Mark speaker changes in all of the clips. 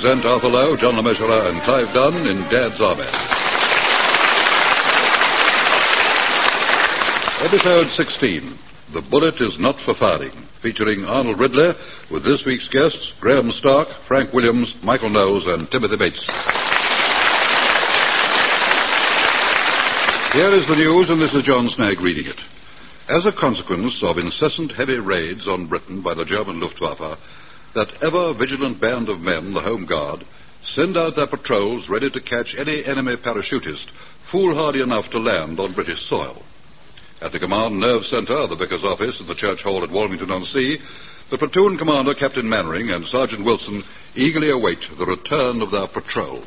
Speaker 1: Grant Arthurlow, John LaMessurier, and Clive Dunn in Dad's Army. Episode 16 The Bullet Is Not for Firing, featuring Arnold Ridley with this week's guests Graham Stark, Frank Williams, Michael Knowles, and Timothy Bates. Here is the news, and this is John Snag reading it. As a consequence of incessant heavy raids on Britain by the German Luftwaffe, that ever vigilant band of men, the Home Guard, send out their patrols ready to catch any enemy parachutist foolhardy enough to land on British soil. At the Command Nerve Centre, the Vicar's office, and the Church Hall at Walmington-on-Sea, the platoon commander, Captain Mannering, and Sergeant Wilson eagerly await the return of their patrol.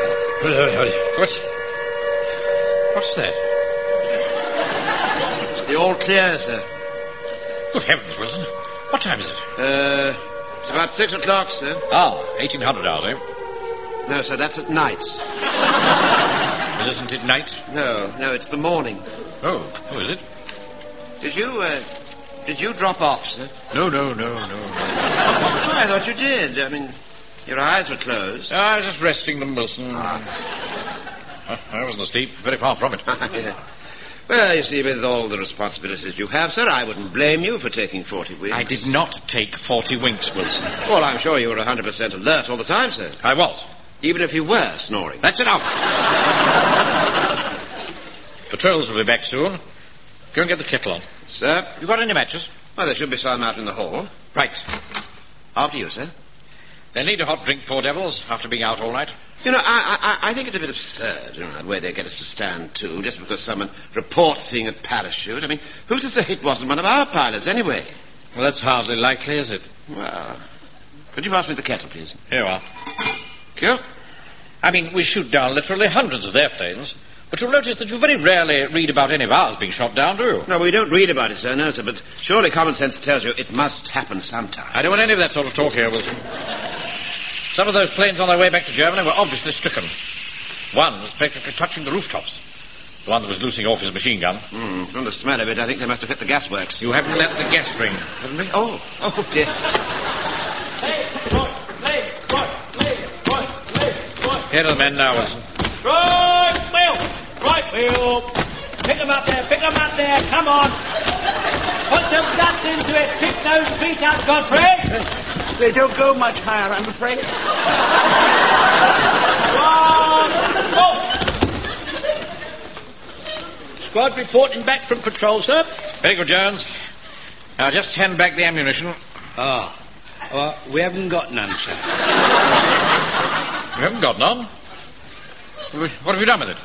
Speaker 2: What's, what's that?
Speaker 3: It's the all clear, sir.
Speaker 2: Good heavens, Wilson. What time is it?
Speaker 3: Uh, it's about six o'clock, sir.
Speaker 2: Ah, 1800 hours, eh?
Speaker 3: No, sir, that's at night.
Speaker 2: Well, isn't it night?
Speaker 3: No, no, it's the morning.
Speaker 2: Oh, oh, is it?
Speaker 3: Did you, uh, did you drop off, sir?
Speaker 2: No, no, no, no.
Speaker 3: I thought you did. I mean, your eyes were closed.
Speaker 2: Ah, I was just resting them, Wilson. Ah, I wasn't asleep. Very far from it.
Speaker 3: Yeah. Well, you see, with all the responsibilities you have, sir, I wouldn't blame you for taking 40 winks.
Speaker 2: I did not take 40 winks, Wilson.
Speaker 3: Well, I'm sure you were 100% alert all the time, sir.
Speaker 2: I was.
Speaker 3: Even if you were snoring.
Speaker 2: That's enough. Patrols will be back soon. Go and get the kettle on.
Speaker 3: Sir?
Speaker 2: You got any matches?
Speaker 3: Well, there should be some out in the hall.
Speaker 2: Right.
Speaker 3: After you, sir.
Speaker 2: They need a hot drink, poor devils, after being out all night.
Speaker 3: You know, I, I, I think it's a bit absurd, you know, the way they get us to stand too, just because someone reports seeing a parachute. I mean, who says the hit wasn't one of our pilots, anyway?
Speaker 2: Well, that's hardly likely, is it?
Speaker 3: Well, could you pass me the kettle, please?
Speaker 2: Here you are.
Speaker 3: Thank you.
Speaker 2: I mean, we shoot down literally hundreds of their planes, but you'll notice that you very rarely read about any of ours being shot down, do you?
Speaker 3: No, we don't read about it, sir, no, sir, but surely common sense tells you it must happen sometime.
Speaker 2: I don't want any of that sort of talk here, Wilson. Some of those planes on their way back to Germany were obviously stricken. One was practically touching the rooftops. The one that was loosing off his machine gun.
Speaker 3: Hmm, from the smell of it, I think they must have hit the gasworks.
Speaker 2: You haven't let the gas ring.
Speaker 3: haven't we? Oh, oh, dear.
Speaker 2: Here are the men now, Wilson.
Speaker 4: Right wheel! Right wheel! Pick 'em up there, pick 'em up there, come on! Put some guts into it, kick those feet up, Godfrey!
Speaker 5: They don't go much higher, I'm afraid.
Speaker 4: One, oh. Squad reporting back from patrol, sir.
Speaker 2: Very good, Jones. Now just hand back the ammunition.
Speaker 6: Ah. Well, we haven't got none, sir.
Speaker 2: You haven't got none. What have you done with it?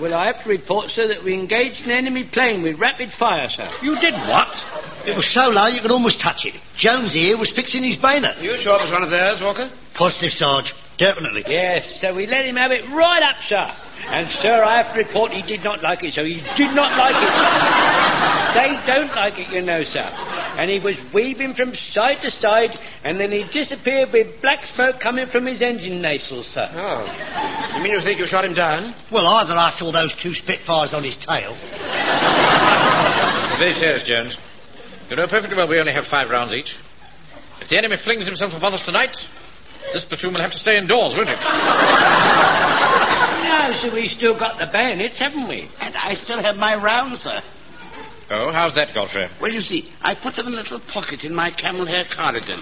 Speaker 6: Well, I have to report, sir, that we engaged an enemy plane with rapid fire, sir.
Speaker 2: You did what?
Speaker 5: It was so low you could almost touch it. Jones here was fixing his bayonet.
Speaker 3: Are you sure it was one of theirs, Walker?
Speaker 5: Positive, Sarge. Definitely.
Speaker 6: Yes, so we let him have it right up, sir. And, sir, I have to report he did not like it, sir. He did not like it. They don't like it, you know, sir. And he was weaving from side to side, and then he disappeared with black smoke coming from his engine nasals, sir.
Speaker 3: Oh. You mean you think you shot him down?
Speaker 5: Well, either I saw those two Spitfires on his tail.
Speaker 2: It's very serious, Jones. You know perfectly well we only have five rounds each. If the enemy flings himself upon us tonight, this platoon will have to stay indoors, won't it?
Speaker 6: No, sir, we still got the bayonets, haven't we?
Speaker 5: And I still have my rounds, sir.
Speaker 2: Oh, how's that, Godfrey?
Speaker 5: Well, you see, I put them in a little pocket in my camel hair cardigan.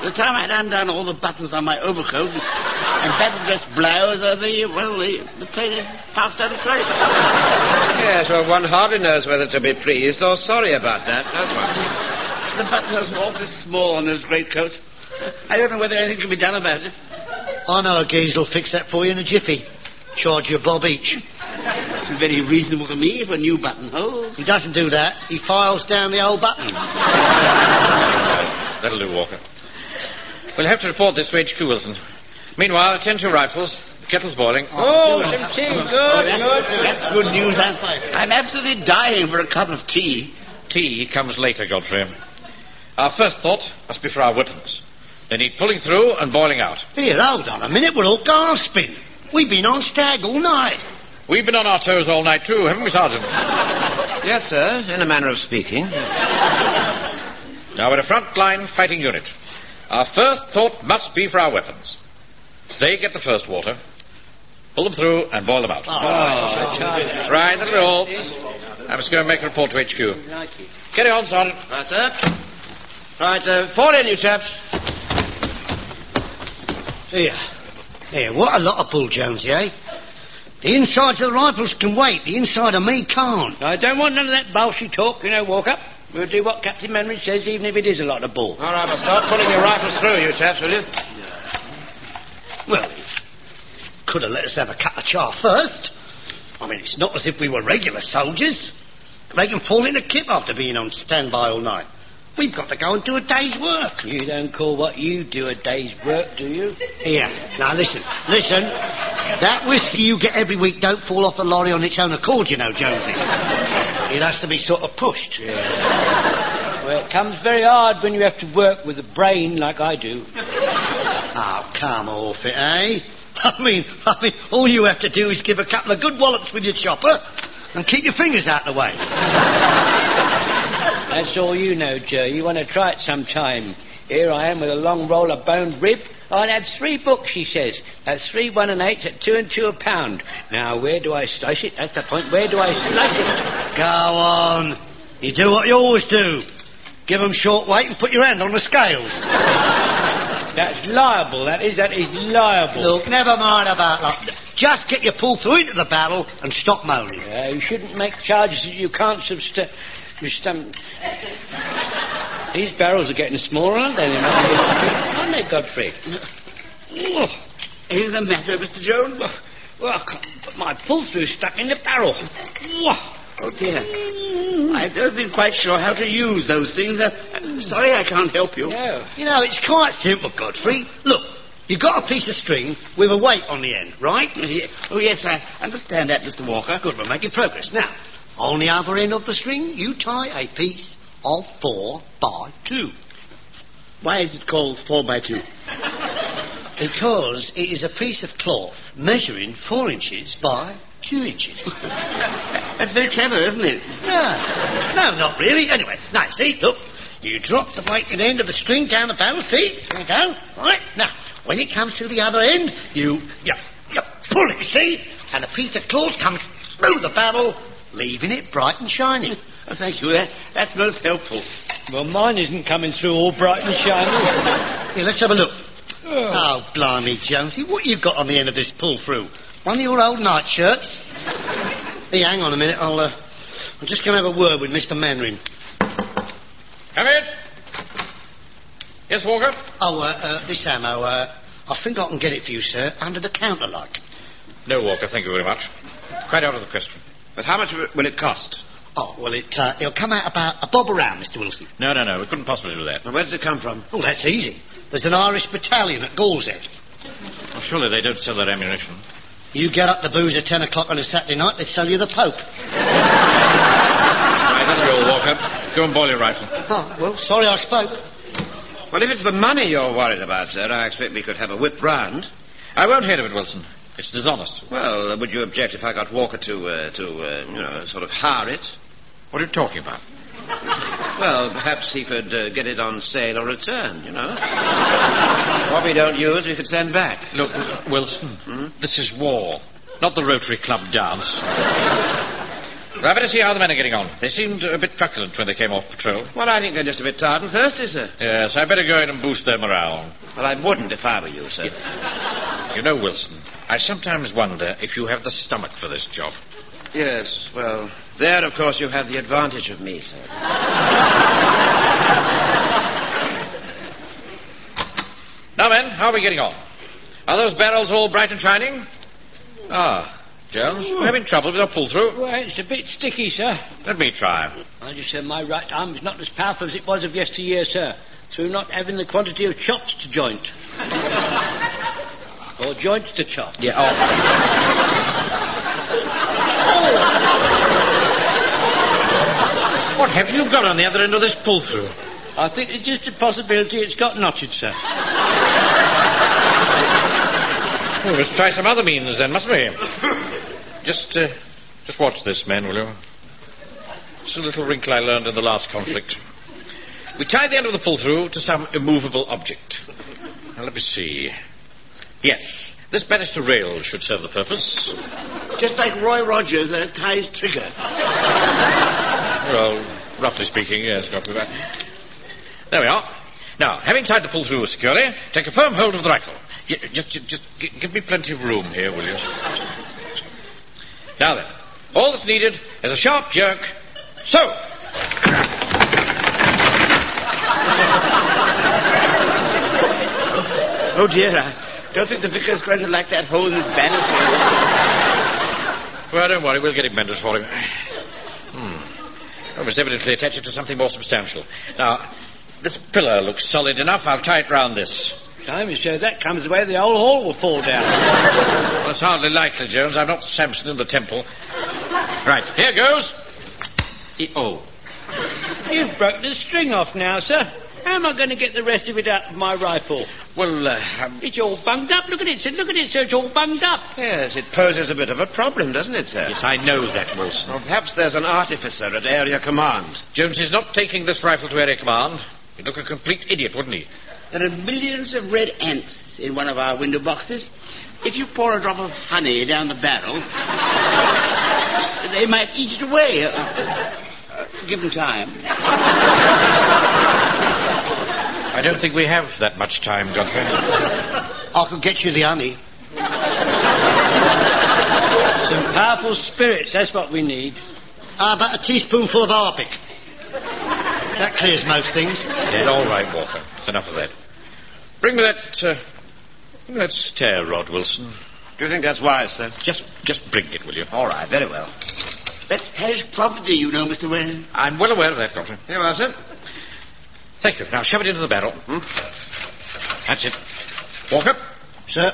Speaker 5: the time I'd undone all the buttons on my overcoat and, and battle-dressed blouse, uh, the, well, the, the plane had passed out of sight.
Speaker 3: Yes, well, one hardly knows whether to be pleased or sorry about that, does one?
Speaker 5: The buttons were awfully small on those greatcoats. I don't know whether anything can be done about it. I know a geezer will fix that for you in a jiffy. Charge you a bob each. It's very reasonable to me for new buttonholes. He doesn't do that. He files down the old buttons.
Speaker 2: That'll do, Walker. We'll have to report this to HQ, Wilson. Meanwhile, attend to your rifles. The kettle's boiling.
Speaker 6: Oh, some tea, good, good.
Speaker 5: That's good news. I'm, I'm absolutely dying for a cup of tea.
Speaker 2: Tea comes later, Godfrey. Our first thought must be for our weapons. They need pulling through and boiling out.
Speaker 5: Here, hold on a minute. We're all gasping. We've been on stag all night.
Speaker 2: We've been on our toes all night, too, haven't we, Sergeant?
Speaker 3: Yes, sir, in a manner of speaking.
Speaker 2: Now, we're a front-line fighting unit. Our first thought must be for our weapons. They get the first water. Pull them through and boil them out.
Speaker 3: Ah.
Speaker 5: Oh,
Speaker 2: Right, that'll be all. I must go and make a report to HQ. Carry on, Sergeant.
Speaker 3: Right, sir. Right, uh, fall in, you chaps.
Speaker 5: Here. Here, what a lot of bull, Jonesy, eh? The insides of the rifles can wait, the inside of me can't.
Speaker 6: I don't want none of that balshy talk, you know, Walker. We'll do what Captain Manridge says, even if it is a lot of bull.
Speaker 3: All right, well, start pulling your rifles through, you chaps, will you?
Speaker 5: Well, could have let us have a cup of char first. I mean, it's not as if we were regular soldiers. They can fall in a kip after being on standby all night. We've got to go and do a day's work.
Speaker 6: You don't call what you do a day's work, do you?
Speaker 5: Here, now listen, listen. That whiskey you get every week don't fall off the lorry on its own accord, you know, Jonesy. It has to be sort of pushed.
Speaker 6: Well, it comes very hard when you have to work with a brain like I do.
Speaker 5: Oh, come off it, eh? I mean, I mean, all you have to do is give a couple of good wallops with your chopper and keep your fingers out of the way.
Speaker 6: That's all you know, Joe. You want to try it sometime. Here I am with a long roll of boned rib. I'll have three books, she says. That's three one and eights at two and two a pound. Now, where do I slice it? That's the point. Where do I slice
Speaker 5: Go on. You do what you always do. Give 'em short weight and put your hand on the scales.
Speaker 6: it? That's liable. That is, that is liable.
Speaker 5: Look, never mind about that. Just get your pull through into the barrel and stop moaning.
Speaker 6: Uh, you shouldn't make charges that you can't subst... You stum- These barrels are getting smaller, aren't they? Aren't they, Godfrey?
Speaker 5: Is the matter, Mr. Jones?
Speaker 6: Well, I can't put my pull through stuck in the barrel.
Speaker 5: Oh dear. I don't think quite sure how to use those things. Uh, sorry I can't help you.
Speaker 6: No.
Speaker 5: You know, it's quite simple, Godfrey. Look, you've got a piece of string with a weight on the end, right? Oh, yes, I understand that, Mr. Walker. Good, we're making progress. Now, on the other end of the string, you tie a piece of four by two. Why is it called four by two? Because it is a piece of cloth measuring four inches by two inches. That's very clever, isn't it? No, no, not really. Anyway, now see, look, you drop the weighted end of the string down the barrel. See, there you go. Right now, when it comes to the other end, you, you, you pull it. See, and a piece of cloth comes through the barrel, leaving it bright and shiny.
Speaker 7: Oh, thank you. That, that's most helpful.
Speaker 6: Well, mine isn't coming through all bright and shiny.
Speaker 5: Here, let's have a look. Oh, blimey, Jonesy, what you got on the end of this pull through? One of your old night shirts? hey, hang on a minute. I'll, uh, I'm just going to have a word with Mr. Manring.
Speaker 2: Come in. Yes, Walker?
Speaker 5: Oh, uh, uh, this ammo, uh, I think I can get it for you, sir, under the counter, like.
Speaker 2: No, Walker, thank you very much. Quite out of the question.
Speaker 3: But how much will it cost?
Speaker 5: Oh, well, it, uh, it'll come out about a bob around, Mr. Wilson.
Speaker 2: No, no, no, we couldn't possibly do that.
Speaker 3: And where does it come from?
Speaker 5: Oh, that's easy. There's an Irish battalion at Gallshead.
Speaker 2: Well, surely they don't sell that ammunition.
Speaker 5: You get up the booze at 10 o'clock on a Saturday night, they sell you the Pope.
Speaker 2: Right, that'll be all, Walker. Go and boil your rifle.
Speaker 5: Oh, well, sorry I spoke.
Speaker 3: Well, if it's the money you're worried about, sir, I expect we could have a whip round.
Speaker 2: I won't hear of it, Wilson. It's dishonest.
Speaker 5: uh,
Speaker 3: Well, would you object if I got Walker to, uh, to uh, you know, sort of hire it?
Speaker 2: What are you talking about?
Speaker 3: Well, perhaps he could uh, get it on sale or return, you know. what we don't use, we could send back.
Speaker 2: Look, Wilson, this is war, not the Rotary Club dance. We're happy to see how the men are getting on. They seemed a bit truculent when they came off patrol.
Speaker 3: Well, I think they're just a bit tired and thirsty, sir.
Speaker 2: Yes, I better go in and boost their morale.
Speaker 3: Well, I wouldn't if I were you, sir.
Speaker 2: You know, Wilson, I sometimes wonder if you have the stomach for this job.
Speaker 3: Yes, well, there, of course, you have the advantage of me, sir.
Speaker 2: Now, men, how are we getting on? Are those barrels all bright and shining? Ah, Jones, we're having trouble with our pull through.
Speaker 6: well, it's a bit sticky, sir.
Speaker 2: Let me try.
Speaker 6: I just said my right arm is not as powerful as it was of yesteryear, sir, through not having the quantity of chops to joint. or joints to chop.
Speaker 2: Yeah, oh. What have you got on the other end of this pull through?
Speaker 6: I think it's just a possibility it's got knotted, sir.
Speaker 2: We must try some other means then, mustn't we? Just, uh, just watch this man, will you? It's a little wrinkle I learned in the last conflict. We tie the end of the pull through to some immovable object. Now, let me see. Yes, this banister rail should serve the purpose.
Speaker 7: Just like Roy Rogers uh, ties Trigger.
Speaker 2: Well, roughly speaking, yes, Dr. Van. There we are. Now, having tied the pull through securely, take a firm hold of the rifle. Y- Just, just, just gi- give me plenty of room here, will you? Now then, all that's needed is a sharp jerk. So!
Speaker 7: Oh dear, I don't think the vicar's going to like that hole in his banister.
Speaker 2: Well, don't worry, we'll get it mended for him. Hmm. I must evidently attach it to something more substantial. Now, this pillar looks solid enough. I'll tie it round this.
Speaker 6: Time you show that comes away, the whole hall will fall down.
Speaker 2: Well, it's hardly likely, Jones. I'm not Samson in the temple. Right, here goes. E- oh,
Speaker 6: You've broken the string off now, sir. How am I going to get the rest of it out of my rifle?
Speaker 2: Well, uh, um,
Speaker 6: It's all bunged up. Look at it, sir. Look at it, sir. It's all bunged up.
Speaker 3: Yes, it poses a bit of a problem, doesn't it, sir?
Speaker 2: yes, I know that, Wilson.
Speaker 3: Or perhaps there's an artificer at area command.
Speaker 2: Jones is not taking this rifle to area command. He'd look a complete idiot, wouldn't he?
Speaker 7: There are millions of red ants in one of our window boxes. If you pour a drop of honey down the barrel, they might eat it away. Uh, uh, given time.
Speaker 2: I don't think we have that much time, Godfrey.
Speaker 5: I could get you the honey.
Speaker 6: Some powerful spirits. That's what we need.
Speaker 5: Ah, about a teaspoonful of arpic. That clears most things.
Speaker 2: It's all right, Walker. It's enough of that. Bring me that, uh, bring me that stair rod, Wilson.
Speaker 3: Do you think that's wise, sir?
Speaker 2: Just, just bring it, will you?
Speaker 3: All right, very well.
Speaker 7: That's parish property, you know, Mr. Whalen.
Speaker 2: I'm well aware of that, Godfrey.
Speaker 3: Here you are, sir.
Speaker 2: Thank you. Now shove it into the barrel. That's it. Walker,
Speaker 5: Sir,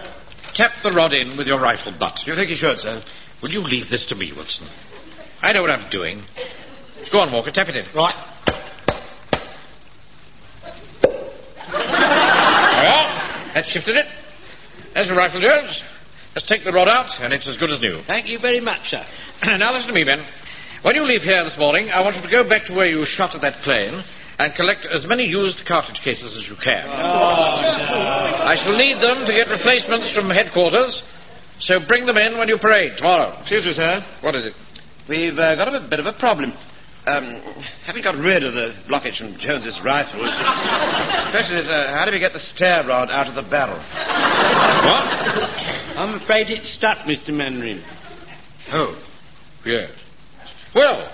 Speaker 2: tap the rod in with your rifle butt.
Speaker 3: Do you think you should, sir?
Speaker 2: Will you leave this to me, Wilson? I know what I'm doing. Go on, Walker, tap it in. Right. Well, that shifted it. There's the rifle, Jones. Let's take the rod out, and it's as good as new.
Speaker 6: Thank you very much, sir.
Speaker 2: now listen to me, Ben. When you leave here this morning, I want you to go back to where you shot at that plane and collect as many used cartridge cases as you can. I shall need them to get replacements from headquarters, so bring them in when you parade tomorrow.
Speaker 3: Excuse me, sir.
Speaker 2: What is it?
Speaker 3: We've uh, got a bit- bit of a problem. Um, having got rid of the blockage from Jones's rifle, the question is, uh, how do we get the stair rod out of the barrel?
Speaker 2: What?
Speaker 6: I'm afraid it's stuck, Mr. Mandarin.
Speaker 2: Oh, yes. Well,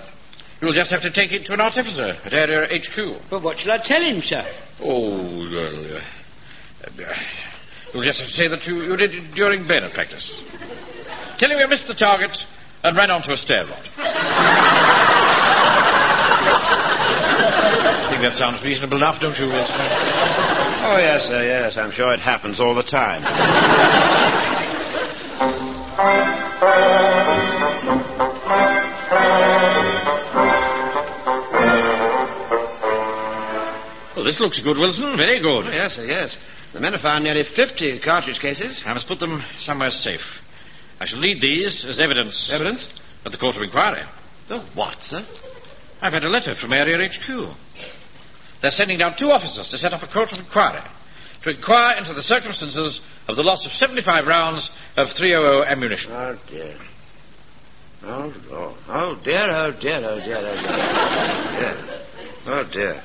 Speaker 2: you'll just have to take it to an artificer at Area HQ.
Speaker 6: But what shall I tell him, sir?
Speaker 2: Oh, well, uh, uh, you'll just have to say that you, you did it during bayonet practice. Tell him you missed the target and ran onto a stair rod. I think that sounds reasonable enough, don't you, Wilson?
Speaker 3: Oh, yes, sir, yes. I'm sure it happens all the time.
Speaker 2: Well, this looks good, Wilson. Very good.
Speaker 3: Oh, yes, sir, yes. The men have found nearly 50 cartridge cases.
Speaker 2: I must put them somewhere safe. I shall need these as evidence
Speaker 3: Evidence?
Speaker 2: at the court of inquiry.
Speaker 3: The what, sir?
Speaker 2: I've had a letter from Area HQ. They're sending down two officers to set up a court of inquiry to inquire into the circumstances of the loss of 75 rounds of 300 ammunition.
Speaker 3: Oh, dear. Oh, Lord. Oh, dear, oh, dear, oh, dear, oh, dear. Yeah. Oh, dear.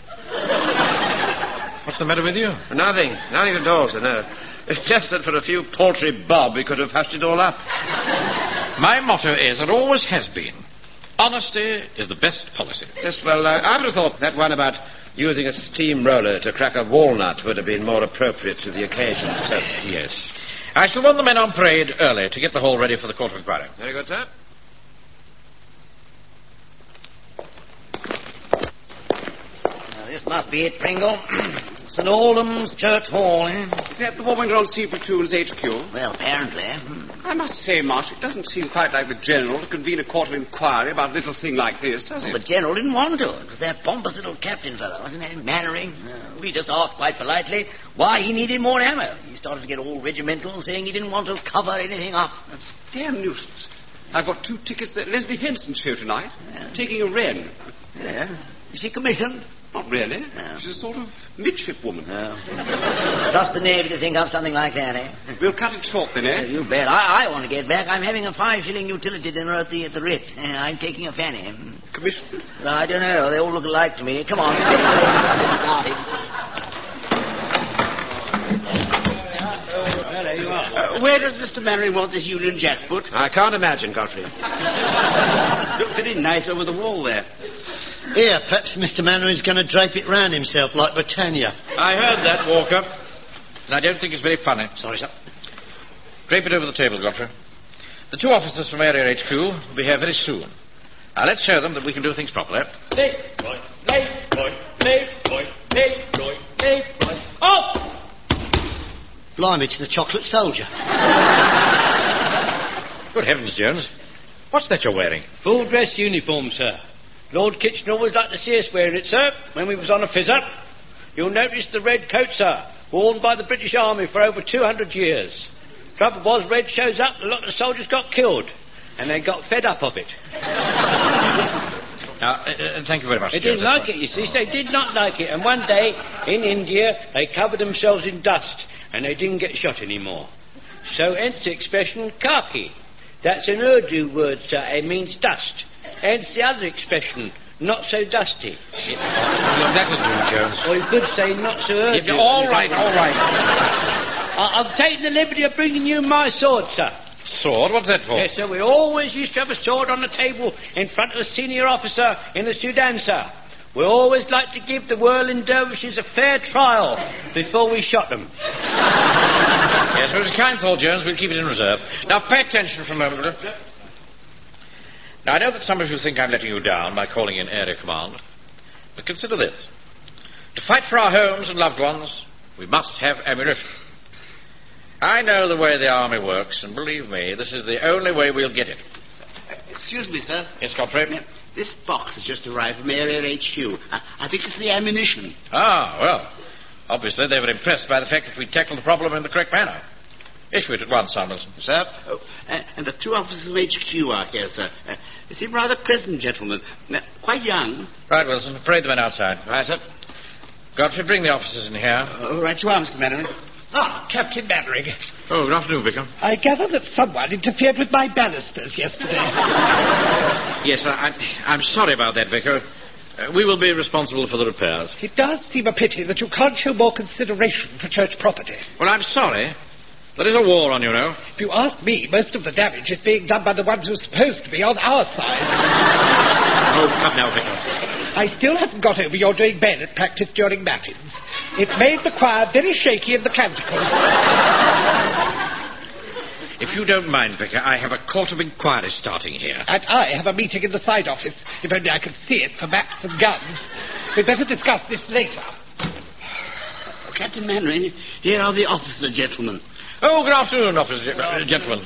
Speaker 2: What's the matter with you?
Speaker 3: Nothing. Nothing at all, sir, no. It's just that for a few paltry bob, we could have hushed it all up.
Speaker 2: My motto is, and always has been, honesty is the best policy.
Speaker 3: Yes, well, uh, I would have thought that one about using a steamroller to crack a walnut would have been more appropriate to the occasion, sir.
Speaker 2: Yes. I shall warn the men on parade early to get the hall ready for the court of inquiry.
Speaker 3: Very good, sir.
Speaker 5: now, this Must be it, Pringle. St. Aldham's Church Hall, eh?
Speaker 3: Is that the woman on Sea Platoon's HQ?
Speaker 5: Well, apparently.
Speaker 3: I must say, Marsh, it doesn't seem quite like the General to convene a court of inquiry about a little thing like this, does
Speaker 5: Well,
Speaker 3: it?
Speaker 5: the general didn't want to. It was that pompous little captain fellow, wasn't it? Mannering. Uh, we just asked quite politely why he needed more ammo. He started to get all regimental, saying he didn't want to cover anything up. That's
Speaker 3: damn nuisance. I've got two tickets to that Leslie Henson show tonight. Taking a wren.
Speaker 5: Yeah? Is she commissioned?
Speaker 3: Not really. She's a sort of midshipwoman.
Speaker 5: Trust the Navy to think up something like that, eh?
Speaker 3: We'll cut it short then, eh?
Speaker 5: You bet. I, I want to get back. I'm having a five shilling utility dinner at the at the Ritz. Uh, I'm taking a fanny. Hmm.
Speaker 3: Commission?
Speaker 5: I don't know. They all look alike to me. Come on. This party.
Speaker 8: Uh, where does Mr. Mannering want this Union Jack put?
Speaker 9: I can't imagine, Godfrey.
Speaker 8: Look very nice over the wall there.
Speaker 10: Here, perhaps Mr. Mannering's going to drape it round himself like Britannia.
Speaker 2: I heard that, Walker, and I don't think it's very funny.
Speaker 8: Oh,
Speaker 2: Sorry, sir. Drape it over the table, Godfrey. The two officers from Area HQ will be here very soon. Now, let's show them that we can do things properly.
Speaker 11: Leave, boy. Leave, boy. Leave, boy. Leave, boy. Leave, boy. Up!
Speaker 10: Blimey, to the chocolate soldier.
Speaker 2: Good heavens, Jones. What's that you're wearing?
Speaker 6: Full dress uniform, sir. Lord Kitchener always liked to see us wearing it, sir, when we was on a fizz up. You'll notice the red coat, sir, worn by the British Army for over 200 years. Trouble was, red shows up, a lot of soldiers got killed, and they got fed up of it.
Speaker 2: Now, uh, uh, thank you very much,
Speaker 6: They
Speaker 2: Jones.
Speaker 6: didn't like it, you see. They did not like it. And one day, in India, they covered themselves in dust and they didn't get shot anymore. So hence the expression khaki. That's an Urdu word, sir. It means dust. Hence the other expression, not so dusty.
Speaker 2: Well, that'll do, Jones.
Speaker 6: Or you could say not so Urdu.
Speaker 2: Yeah, all right, all right.
Speaker 6: I- I've taken the liberty of bringing you my sword, sir.
Speaker 2: Sword? What's that for?
Speaker 6: Yes, sir. We always used to have a sword on the table in front of the senior officer in the Sudan, sir. We always like to give the whirling dervishes a fair trial before we shot them.
Speaker 2: Yes, well, it's a kind thought, Jones. We'll keep it in reserve. Now, pay attention for a moment. will you? Now, I know that some of you think I'm letting you down by calling in Area Command, but consider this. To fight for our homes and loved ones, we must have ammunition. I know the way the Army works, and believe me, this is the only way we'll get it.
Speaker 8: Excuse me, sir.
Speaker 2: Yes, Godfrey?
Speaker 8: This box has just arrived from Area HQ. I, I think it's the ammunition.
Speaker 2: Ah, well. Obviously, they were impressed by the fact that we tackled the problem in the correct manner. Issue it at once, Summers. Sir?
Speaker 8: Oh, uh, and the two officers of HQ are here, sir. Uh, they seem rather pleasant gentlemen. Now, quite young.
Speaker 2: Right, Wilson. Parade the men outside. Right, sir. Godfrey, bring the officers in here.
Speaker 8: Oh, right you are, Mr. Mannering.
Speaker 12: Ah, Captain Mannering.
Speaker 2: Oh, good afternoon, Vicar.
Speaker 12: I gather that someone interfered with my balusters yesterday.
Speaker 2: Yes, I, I'm, I'm sorry about that, Vicar. Uh, we will be responsible for the repairs.
Speaker 12: it does seem a pity that you can't show more consideration for church property.
Speaker 2: Well, I'm sorry. There is a war on, you know.
Speaker 12: If you ask me, most of the damage is being done by the ones who are supposed to be on our side.
Speaker 2: Oh, come now, Vicar.
Speaker 12: I still haven't got over your doing bayonet practice during matins. It made the choir very shaky in the canticles.
Speaker 2: If you don't mind, Vicar, I have a court of inquiry starting here.
Speaker 12: And I have a meeting in the side office, if only I could see it for maps and guns. We'd better discuss this later.
Speaker 8: Oh, Captain Mannering, here are the officer gentlemen.
Speaker 2: Oh, good afternoon, officer, uh, gentlemen.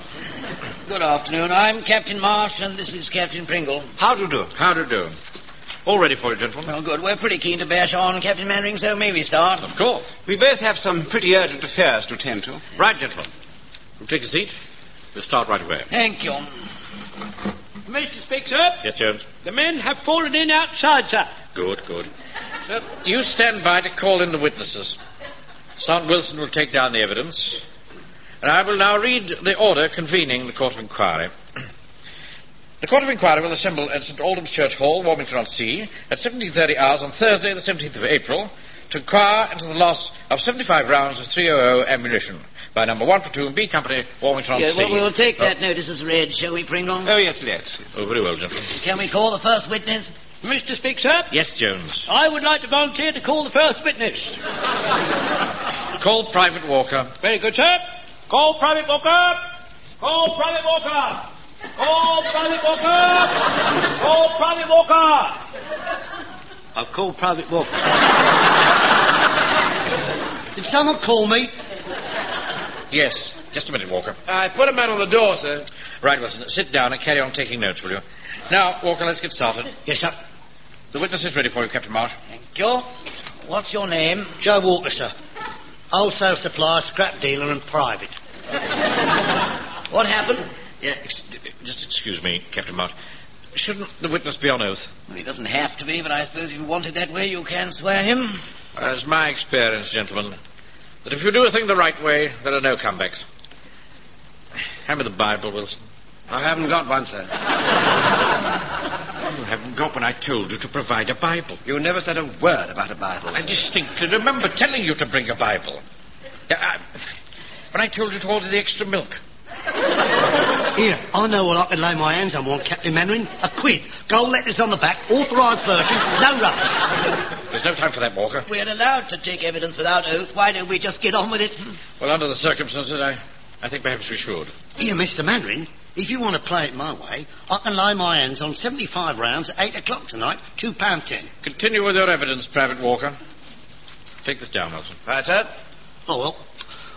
Speaker 5: Good afternoon. I'm Captain Marsh, and this is Captain Pringle.
Speaker 2: How do you do? How do you do? All ready for you, gentlemen?
Speaker 5: Well, Oh, good. We're pretty keen to bash on, Captain Mannering, so may we start?
Speaker 2: Of course.
Speaker 3: We both have some pretty urgent affairs to attend to.
Speaker 2: Right, gentlemen. We'll take a seat. We'll start right away.
Speaker 5: Thank you.
Speaker 6: Permission to speak, sir?
Speaker 2: Yes, Jones.
Speaker 6: The men have fallen in outside, sir.
Speaker 2: Good, good. Sir, you stand by to call in the witnesses. Sergeant Wilson will take down the evidence. And I will now read the order convening the Court of Inquiry. The Court of Inquiry will assemble at St. Aldham's Church Hall, Warmington-on-Sea, at 17.30 hours on Thursday, the 17th of April, to inquire into the loss of 75 rounds of 300 ammunition by number 1 platoon, B Company, Warmington-on-Sea.
Speaker 5: Yeah, well, we'll take
Speaker 6: Uh,
Speaker 5: that notice as read, shall we, Pringle?
Speaker 12: Uh,
Speaker 3: Oh, yes, let's.
Speaker 2: Oh, very well, gentlemen.
Speaker 5: Can we call the first witness?
Speaker 6: Permission to speak, sir?
Speaker 2: Yes, Jones.
Speaker 6: I would like to volunteer to call the first witness.
Speaker 2: Call Private Walker.
Speaker 6: Very good, sir. Call Private Walker. Call Private Walker. Call Private Walker. Call Private Walker. I've called Private Walker.
Speaker 5: Did someone call me?
Speaker 2: Yes. Just a minute, Walker.
Speaker 13: I put him out on the door, sir.
Speaker 2: Right, Wilson. Sit down and carry on taking notes, will you? Now, Walker, let's get started.
Speaker 5: Yes, sir.
Speaker 2: The witness is ready for you, Captain Marsh.
Speaker 5: Joe, what's your name? Joe Walker, sir. Wholesale supplier, scrap dealer, and private. what happened?
Speaker 2: Yeah, ex- just excuse me, Captain Marsh. Shouldn't the witness be on oath?
Speaker 14: Well, he doesn't have to be, but I suppose if you want it that way, you can swear him.
Speaker 2: It's my experience, gentlemen, that if you do a thing the right way, there are no comebacks. Hand me the Bible, Wilson.
Speaker 13: I haven't got one, sir.
Speaker 2: You haven't got one. I told you to provide a Bible.
Speaker 13: You never said a word about a Bible.
Speaker 2: I distinctly remember telling you to bring a Bible. Yeah, I- when I told you to order the extra milk.
Speaker 5: Here, I know what I can lay my hands on one, Captain Mannering. A quid. Gold letters on the back, authorised version, no rubbish.
Speaker 2: There's no time for that, Walker.
Speaker 14: We're allowed to take evidence without oath. Why don't we just get on with it?
Speaker 2: Well, under the circumstances, I, I think perhaps we should.
Speaker 5: Here, Mr. Mannering, if you want to play it my way, I can lay my hands on 75 rounds at 8 o'clock tonight, £2.10.
Speaker 2: Continue with your evidence, Private Walker. Take this down, Wilson.
Speaker 3: Uh,
Speaker 5: Right, sir. Oh, well.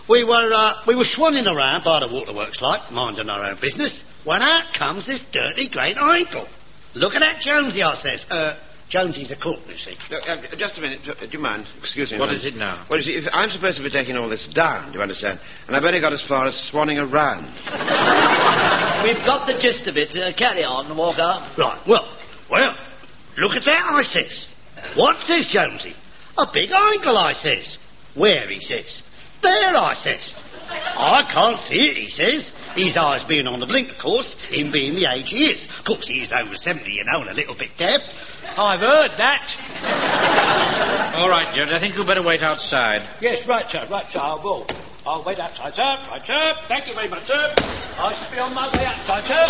Speaker 5: We were, uh, we were swanning around by the waterworks like, minding our own business, when out comes this dirty great ankle. Look at that Jonesy, I says. Uh, Jonesy's a crook, you see.
Speaker 3: uh, just a minute. Do you mind? Excuse me.
Speaker 5: What
Speaker 3: What is
Speaker 5: is it now?
Speaker 3: Well, you see, if I'm supposed to be taking all this down, do you understand? And I've only got as far as swanning around.
Speaker 14: We've got the gist of it. Uh, carry on, Walker.
Speaker 5: Right, well, well, look at that, I says. What, says Jonesy? A big ankle, I says. Where, he says. There, I says. I can't see it, he says. His eyes being on the blink, of course, him being the age he is. Of course, he's over 70, you know, and a little bit deaf.
Speaker 6: I've heard that.
Speaker 2: All right, Judge. I think you'd better wait outside.
Speaker 6: Yes, right, sir, right, sir, I will. I'll wait outside, sir. Right, sir. Thank you very much, sir. I shall be on my way outside, sir.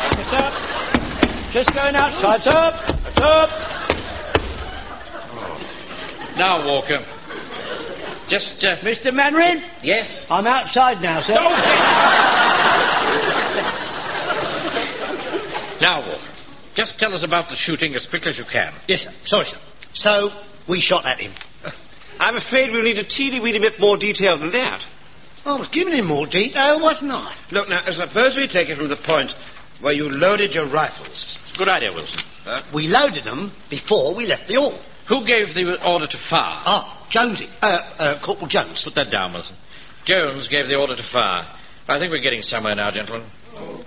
Speaker 6: Thank you, sir. Just going outside, sir. Right, sir.
Speaker 2: Now, Walker. Just, uh...
Speaker 6: Mr. Manrin?
Speaker 2: Yes?
Speaker 6: I'm outside now, sir.
Speaker 2: Now, Walker. Just tell us about the shooting as quickly as you can.
Speaker 5: Yes, sir. Sorry, sir. So, we shot at him.
Speaker 15: I'm afraid we'll need a teeny-weeny bit more detail than that.
Speaker 5: I was giving him more detail, wasn't I?
Speaker 3: Look, now, suppose we take it from the point where you loaded your rifles.
Speaker 2: It's a good idea, Wilson.
Speaker 5: We loaded them before we left the hall.
Speaker 2: Who gave the order to fire?
Speaker 5: Ah, Jonesy. Uh, uh, Corporal Jones.
Speaker 2: Put that down, Wilson. Jones gave the order to fire. I think we're getting somewhere now, gentlemen. Oh,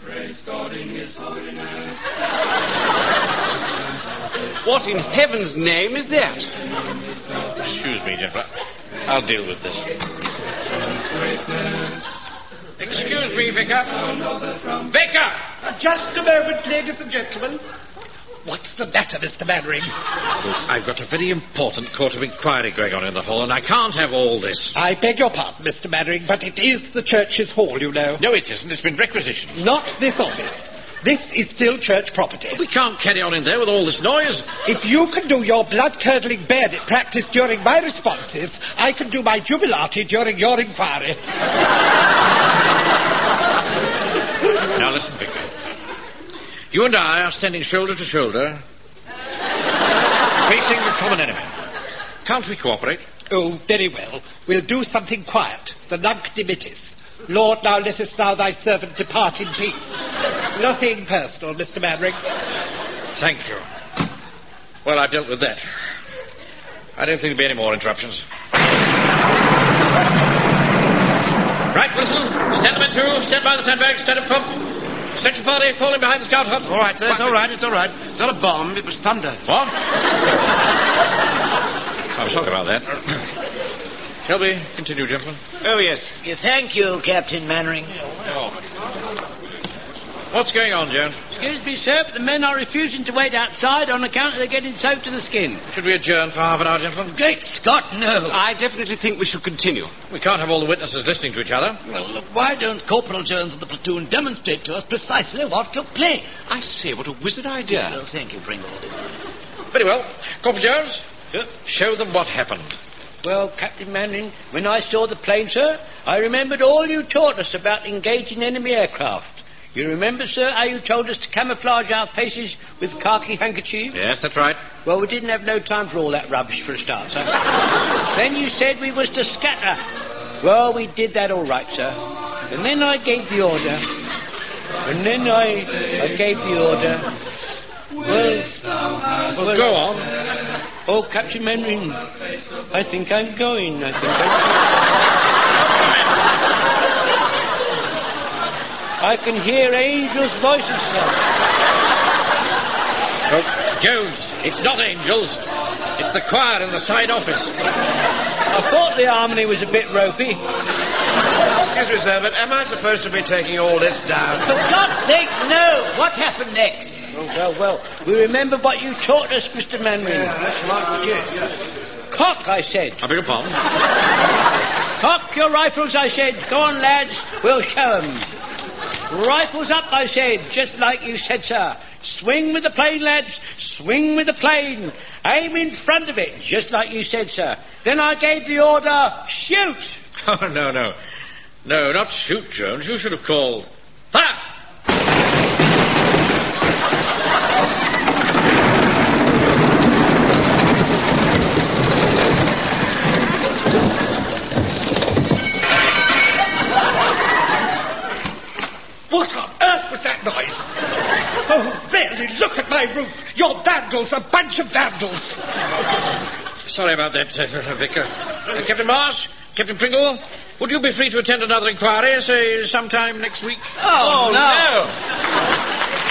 Speaker 15: What in heaven's name is that?
Speaker 2: Excuse me, gentlemen. I'll deal with this. Excuse me, Vicar. Vicar!
Speaker 16: Just a moment, ladies and gentlemen. What's the matter, Mr. Mannering?
Speaker 2: I've got a very important court of inquiry going on in the hall, and I can't have all this.
Speaker 16: I beg your pardon, Mr. Mannering, but it is the church's hall, you know.
Speaker 2: No, it isn't. It's been requisitioned.
Speaker 16: Not this office. This is still church property.
Speaker 2: We can't carry on in there with all this noise.
Speaker 16: If you can do your blood-curdling bayonet practice during my responses, I can do my jubilati during your inquiry.
Speaker 2: Now listen, Vicar. You and I are standing shoulder to shoulder, facing the common enemy. Can't we cooperate?
Speaker 16: Oh, very well. We'll do something quiet. The nunc dimittis. Lord, now let us now thy servant depart in peace. Nothing personal, Mr. Mannering.
Speaker 2: Thank you. Well, I've dealt with that. I don't think there'll be any more interruptions. Right, Wilson. Stand the men to. Stand by the sandbag. Stand up pump. Search the party. Fall in behind the scout hut.
Speaker 3: All right, sir. It's all right. It's all right. It's not a bomb. It was thunder.
Speaker 2: What? I was sorry about that. Shall we continue, gentlemen?
Speaker 15: Oh, yes.
Speaker 14: Yeah, Thank you, Captain Mannering.
Speaker 2: What's going on, Jones?
Speaker 6: Excuse me, sir, but the men are refusing to wait outside on account of they're getting soaked to the skin.
Speaker 2: Should we adjourn for half an hour, gentlemen?
Speaker 14: Great Scott, no.
Speaker 15: I definitely think we should continue.
Speaker 2: We can't have all the witnesses listening to each other.
Speaker 14: Well, look, why don't Corporal Jones of the platoon demonstrate to us precisely what took place?
Speaker 15: I say, what a wizard idea.
Speaker 14: Well, thank you, Pringle.
Speaker 2: Very well. Corporal Jones, show them what happened.
Speaker 6: Well, Captain Manning, when I saw the plane, sir, I remembered all you taught us about engaging enemy aircraft. You remember, sir, how you told us to camouflage our faces with khaki handkerchiefs?
Speaker 2: Yes, that's right.
Speaker 6: Well, we didn't have no time for all that rubbish for a start, sir. then you said we was to scatter. Well, we did that all right, sir. And then I gave the order. And then I, I gave the order. Well, well, go on. Oh, Captain Menrin, I think I'm going. I think I'm... I can hear angels' voices, sir.
Speaker 2: Jones, it's not angels. It's the choir in the side office.
Speaker 6: I thought the harmony was a bit ropey.
Speaker 13: Excuse me, sir, but am I supposed to be taking all this down?
Speaker 5: For God's sake, no! What happened next?
Speaker 6: Oh, well, well, we remember what you taught us, Mr. Manring. Cock, I said.
Speaker 2: I beg your pardon?
Speaker 6: Cock your rifles, I said. Go on, lads, we'll show 'em. Rifles up, I said, just like you said, sir. Swing with the plane, lads, swing with the plane. Aim in front of it, just like you said, sir. Then I gave the order, shoot!
Speaker 2: Oh, no, no. No, not shoot, Jones. You should have called. Fire!
Speaker 16: What on earth was that noise? Oh, really, look at my roof. You're vandals, a bunch of vandals.
Speaker 2: Sorry about that, uh, Vicar. Uh, Captain Marsh, Captain Pringle, would you be free to attend another inquiry, say, sometime next week?
Speaker 5: Oh, no.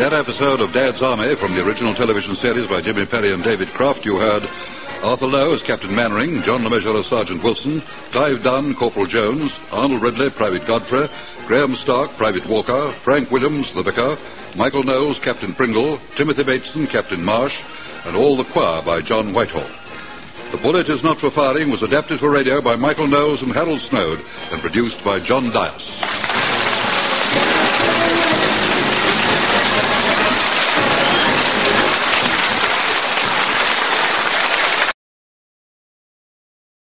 Speaker 1: That episode of Dad's Army from the original television series by Jimmy Perry and David Croft you heard Arthur Lowe as Captain Mannering, John LeMessurier as Sergeant Wilson, Clive Dunn, Corporal Jones, Arnold Ridley, Private Godfrey, Graham Stark, Private Walker, Frank Williams, the Vicar, Michael Knowles, Captain Pringle, Timothy Bateson, Captain Marsh, and all the choir by John Whitehall. The Bullet Is Not for Firing was adapted for radio by Michael Knowles and Harold Snowd and produced by John Dias.